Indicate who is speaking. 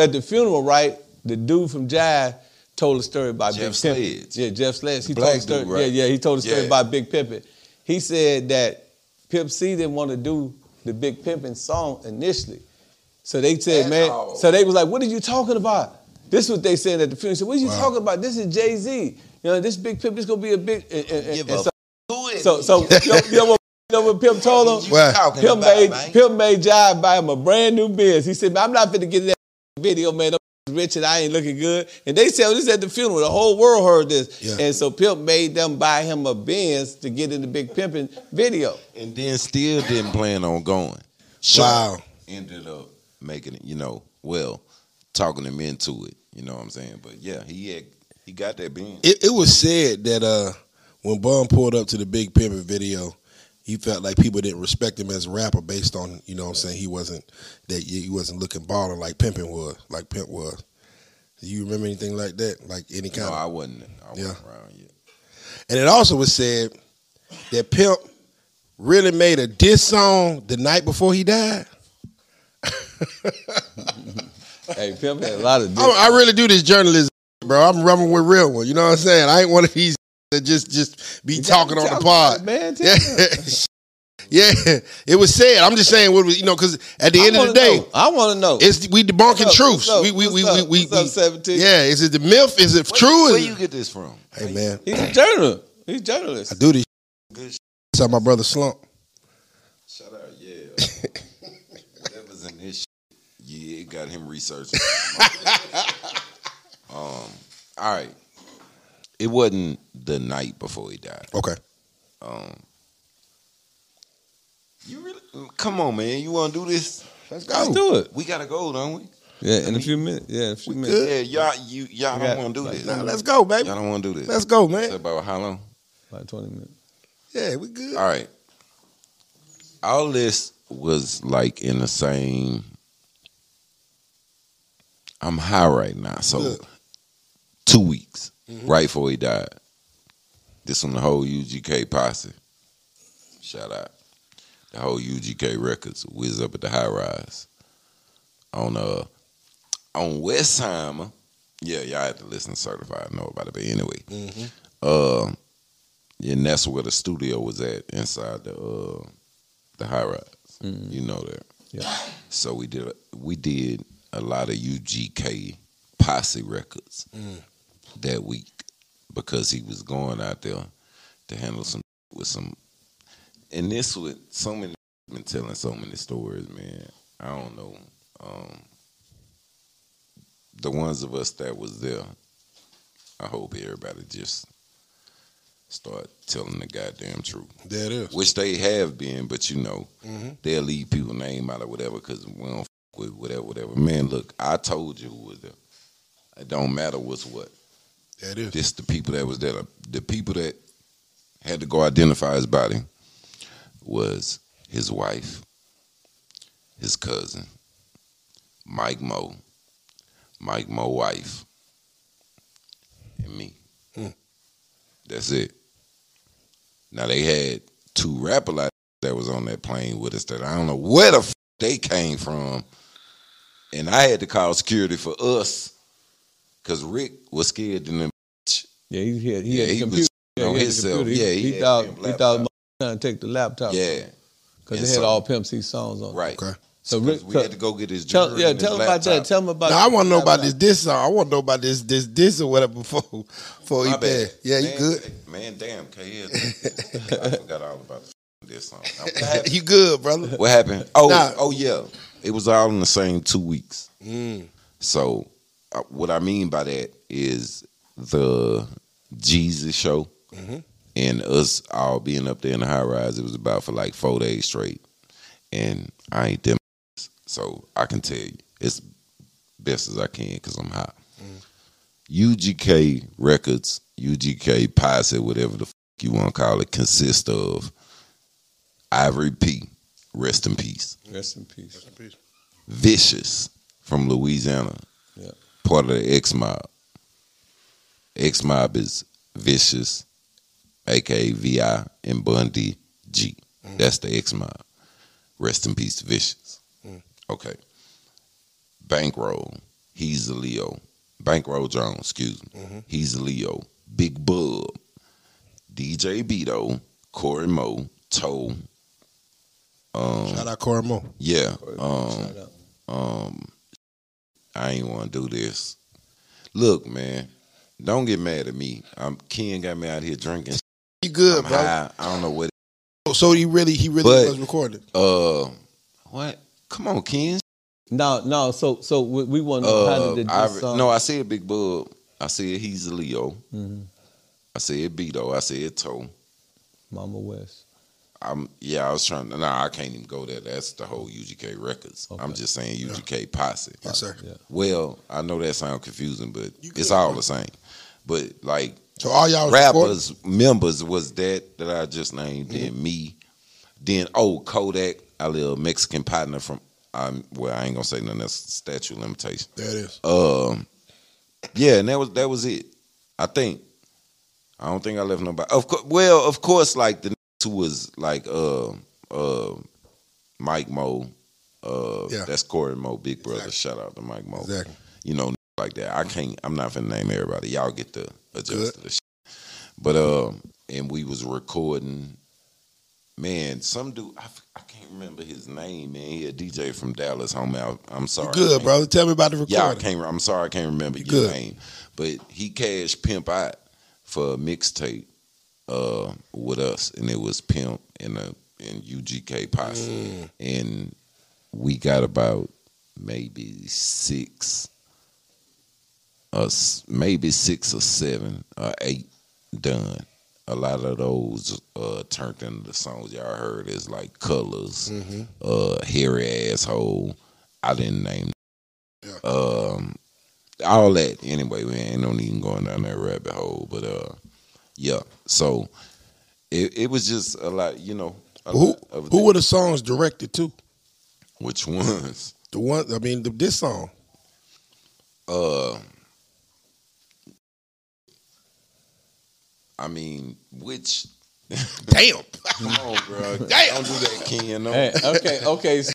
Speaker 1: at the funeral, right? The dude from Jive told a story about Big
Speaker 2: Jeff
Speaker 1: Pimpin.
Speaker 2: Sledge.
Speaker 1: Yeah, Jeff Sledge. He
Speaker 2: The
Speaker 1: told a
Speaker 2: black
Speaker 1: story.
Speaker 2: dude, right?
Speaker 1: Yeah, yeah. He told a story
Speaker 2: Yeah.
Speaker 1: about Big Pimpin. He said that Pimp C didn't want to do the Big Pimpin song initially. So they said,
Speaker 2: At
Speaker 1: man.
Speaker 2: all.
Speaker 1: So they was like, "What are you talking about?" This what they said at the funeral. So what are you
Speaker 3: Wow.
Speaker 1: talking about? This is Jay Z. You know, this Big Pimp. This gonna be a big. And, and- and-
Speaker 2: Give
Speaker 1: and
Speaker 2: a
Speaker 1: so,
Speaker 2: Who is
Speaker 1: so, so you know- you know what? You know what Pimp told him?
Speaker 2: you
Speaker 3: Well,
Speaker 2: talking
Speaker 1: Pimp
Speaker 2: about,
Speaker 1: made
Speaker 2: man?
Speaker 1: Pimp made Jive buy him a brand new Benz. He said, "Man, I'm not finna get in that video, man. I'm rich and I ain't looking good." And they said this at the funeral. The whole world heard this,
Speaker 3: Yeah.
Speaker 1: and so Pimp made them buy him a Benz to get in the Big Pimpin' video.
Speaker 2: and then still didn't plan on going.
Speaker 3: Wow.
Speaker 2: Ended up making it, you know, well, talking him into it. You know what I'm saying? But yeah, he had he got that being.
Speaker 3: It, it was said that uh, when Bum pulled up to the Big Pimpin' video, he felt like people didn't respect him as a rapper based on you know what I'm saying he wasn't that he wasn't looking baller like Pimpin' was like Pimp was. Do you remember anything like that? Like any
Speaker 2: No,
Speaker 3: kind of
Speaker 2: I wasn't. I wasn't
Speaker 3: Yeah.
Speaker 2: around yet.
Speaker 3: And it also was said that Pimp really made a diss song the night before he died.
Speaker 1: Hey, Pimp had a lot of. Dick.
Speaker 3: I, I really do this journalism, bro. I'm rubbing with real one. You know what I'm saying? I ain't one of these that just just be talking on the pod.
Speaker 1: man. tell
Speaker 3: Yeah.
Speaker 1: me.
Speaker 3: yeah, it was said. I'm just saying what was you know because at the
Speaker 1: I
Speaker 3: end of the
Speaker 1: wanna
Speaker 3: day,
Speaker 1: know. I want to know.
Speaker 3: it's we
Speaker 1: What's
Speaker 3: debunking
Speaker 1: up?
Speaker 3: truths.
Speaker 1: What's up?
Speaker 3: We we
Speaker 1: What's
Speaker 3: we
Speaker 1: up?
Speaker 3: we, we,
Speaker 1: What's up,
Speaker 3: we-
Speaker 1: 17?
Speaker 3: yeah. Is it the myth? Is it true?
Speaker 2: Where
Speaker 3: Is
Speaker 2: you
Speaker 3: it-
Speaker 2: get this from?
Speaker 3: hey man,
Speaker 1: He's a journalist. He's a journalist.
Speaker 3: I do this.
Speaker 2: Good shit.
Speaker 3: Saw my brother slump.
Speaker 2: Shout out, yeah. that was in his shit. Yeah, it got him researching. um, all right. It wasn't the night before he died.
Speaker 3: Okay,
Speaker 2: Um, you really? Come on, man. You want to do this?
Speaker 3: let's
Speaker 1: Let's do it.
Speaker 2: We gotta go, don't we?
Speaker 1: Yeah, in a few minutes. Yeah, in a few minutes.
Speaker 2: Yeah, y'all, you y'all
Speaker 1: We
Speaker 2: don't
Speaker 1: got-
Speaker 2: want to do this.
Speaker 3: Nah, let's go, baby.
Speaker 2: Y'all don't want to do this.
Speaker 3: Let's go,
Speaker 2: It's
Speaker 3: man.
Speaker 2: about how long?
Speaker 1: About twenty minutes.
Speaker 3: Yeah, we good.
Speaker 2: All right. All this was like in the same. I'm high right now, so
Speaker 3: Look.
Speaker 2: two weeks
Speaker 3: Mhm.
Speaker 2: right before he died. This from the whole UGK posse. Shout out the whole UGK records. We was up at the high rise on uh on Westheimer. Yeah, y'all have to listen to Certified know about it, but anyway,
Speaker 3: Mhm.
Speaker 2: uh, and that's where the studio was at inside the uh, the high rise.
Speaker 1: Mm.
Speaker 2: You know that.
Speaker 1: Yeah.
Speaker 2: So we did we did a lot of UGK posse records
Speaker 3: Mm.
Speaker 2: that week because he was going out there to handle some with some, and this with so many been telling so many stories, man. I don't know. Um, the ones of us that was there, I hope everybody just start telling the goddamn truth,
Speaker 3: There it is.
Speaker 2: which they have been, but you know
Speaker 3: Mm-hmm.
Speaker 2: they'll leave people name out or whatever because we don't f- with whatever, whatever. Man, look, I told you who was there. It don't matter what's what.
Speaker 3: There it is.
Speaker 2: This the people that was there. The people that had to go identify his body was his wife, his cousin, Mike Mo, Mike Mo wife, and me.
Speaker 3: Hmm.
Speaker 2: That's it. Now they had two rapper like that was on that plane with us that I don't know where the f- they came from, and I had to call security for us because Rick was scared in the bitch.
Speaker 1: Yeah, he had he
Speaker 2: Yeah,
Speaker 1: had the
Speaker 2: he
Speaker 1: computer.
Speaker 2: was
Speaker 1: yeah, he
Speaker 2: on
Speaker 1: had the
Speaker 2: himself.
Speaker 1: computer. He,
Speaker 2: Yeah, he
Speaker 1: he
Speaker 2: had
Speaker 1: thought
Speaker 2: him
Speaker 1: he thought
Speaker 2: laptop.
Speaker 1: Mo trying to take the laptop.
Speaker 2: Yeah,
Speaker 1: because
Speaker 2: and
Speaker 1: they had
Speaker 2: so-
Speaker 1: all Pimp C songs on. it.
Speaker 2: right.
Speaker 3: Okay.
Speaker 1: So
Speaker 2: Because
Speaker 1: Rick,
Speaker 2: we had to go get his
Speaker 1: tell,
Speaker 2: jewelry
Speaker 1: yeah,
Speaker 2: and his
Speaker 1: tell him about that.
Speaker 2: laptop.
Speaker 1: Tell him about.
Speaker 3: Now I want to know about
Speaker 1: laptop.
Speaker 3: this diss song. I want to know about this this diss or whatever before before he
Speaker 2: My
Speaker 3: died.
Speaker 2: bad.
Speaker 3: Yeah, you
Speaker 2: Man,
Speaker 3: good?
Speaker 2: Man, damn, KL. I forgot all about this song. Now, What happened?
Speaker 3: you good, brother?
Speaker 2: What happened? Oh,
Speaker 3: Nah.
Speaker 2: oh yeah. It was all in the same two weeks.
Speaker 3: Mm.
Speaker 2: So, uh, what I mean by that is the Jesus show
Speaker 3: Mhm.
Speaker 2: and us all being up there in the high rise. It was about for like four days straight, and I ain't them, so I can tell you as best as I can because I'm high. UGK Records, UGK Posse, whatever the f- you want to call it, consists of Ivory P, rest in peace.
Speaker 1: Rest in peace.
Speaker 2: Vicious from Louisiana.
Speaker 1: Yeah.
Speaker 2: Part of the X Mob. X Mob is Vicious, aka VI and Bundy G.
Speaker 3: Mm.
Speaker 2: That's the X Mob. Rest in peace, Vicious.
Speaker 3: Mm.
Speaker 2: Okay. Bankroll, He's a Leo. Bankroll Jones, excuse me.
Speaker 3: mm-hmm.
Speaker 2: He's a Leo. Big Bub. DJ Beto. Corey Mo. Toe. Um,
Speaker 3: Shout out Cormo.
Speaker 2: yeah. Um,
Speaker 1: Shout out.
Speaker 2: um I ain't wanna do this. Look, man, don't get mad at me. I'm Ken got me out here drinking.
Speaker 3: You good,
Speaker 2: I'm high. I don't know what
Speaker 3: So he really, he really
Speaker 2: But-
Speaker 3: was recording.
Speaker 2: uh what? Come on, Ken.
Speaker 1: No, no. So, so we, we want to know how
Speaker 2: Uh,
Speaker 1: did
Speaker 2: I,
Speaker 1: this song?
Speaker 2: no, I said Big Bub. I said he's a Leo.
Speaker 1: Mhm.
Speaker 2: I said Beto. I said Toe.
Speaker 1: Mama West.
Speaker 2: I'm yeah, I was trying to nah, I can't even go there. That's the whole UGK records. I'm
Speaker 1: Okay.
Speaker 2: just saying UGK posse.
Speaker 3: Yes, sir.
Speaker 2: Uh,
Speaker 1: Yeah.
Speaker 2: Well, I know that sounds confusing, but
Speaker 3: You
Speaker 2: it's
Speaker 3: good,
Speaker 2: all
Speaker 3: bro.
Speaker 2: the same. But like
Speaker 3: So all y'all was recording?
Speaker 2: rappers members was that that I just named, then
Speaker 3: Mm-hmm.
Speaker 2: me, then oh Kodak, our little Mexican partner from I'm well, I ain't gonna say nothing. That's statute of limitation.
Speaker 3: There it is.
Speaker 2: Um, yeah, and that was that was it. I think I don't think I left nobody. Of course, well, of course, like the two was like uh uh Mike Mo, uh
Speaker 3: Yeah.
Speaker 2: that's Corey Mo, Big Brother.
Speaker 3: Exactly.
Speaker 2: Shout out to Mike Mo
Speaker 3: Exactly.
Speaker 2: you know, like that. I can't. I'm not finna name everybody. Y'all get the adjust to the shit. But um, and we was recording. Man, some dude I, f- I can't remember his name. Man, he a DJ from Dallas, homie. I, am sorry.
Speaker 3: You good,
Speaker 2: man.
Speaker 3: brother? Tell me about the
Speaker 2: Yeah, I
Speaker 3: recording.
Speaker 2: can't. re- I'm sorry, I can't remember
Speaker 3: You
Speaker 2: your
Speaker 3: good.
Speaker 2: name. But he cashed Pimp Out for a mixtape uh, with us, and it was Pimp and a and UGK Posse,
Speaker 3: Mm.
Speaker 2: and we got about maybe six, uh, s- maybe six or seven or eight done. A lot of those uh, turned into the songs y'all heard is like Colors,
Speaker 3: Mm-hmm.
Speaker 2: uh, Hairy Asshole. I didn't name um all that anyway we ain't no need in going down that rabbit hole but uh yeah so it, it was just a lot you know a
Speaker 3: Who
Speaker 2: lot of
Speaker 3: who
Speaker 2: the-
Speaker 3: were the songs directed to?
Speaker 2: which ones
Speaker 3: The one, I mean, the, this song.
Speaker 2: uh i mean which
Speaker 3: Damn.
Speaker 2: come on bro don't do that ken no.
Speaker 1: Hey, okay, okay. So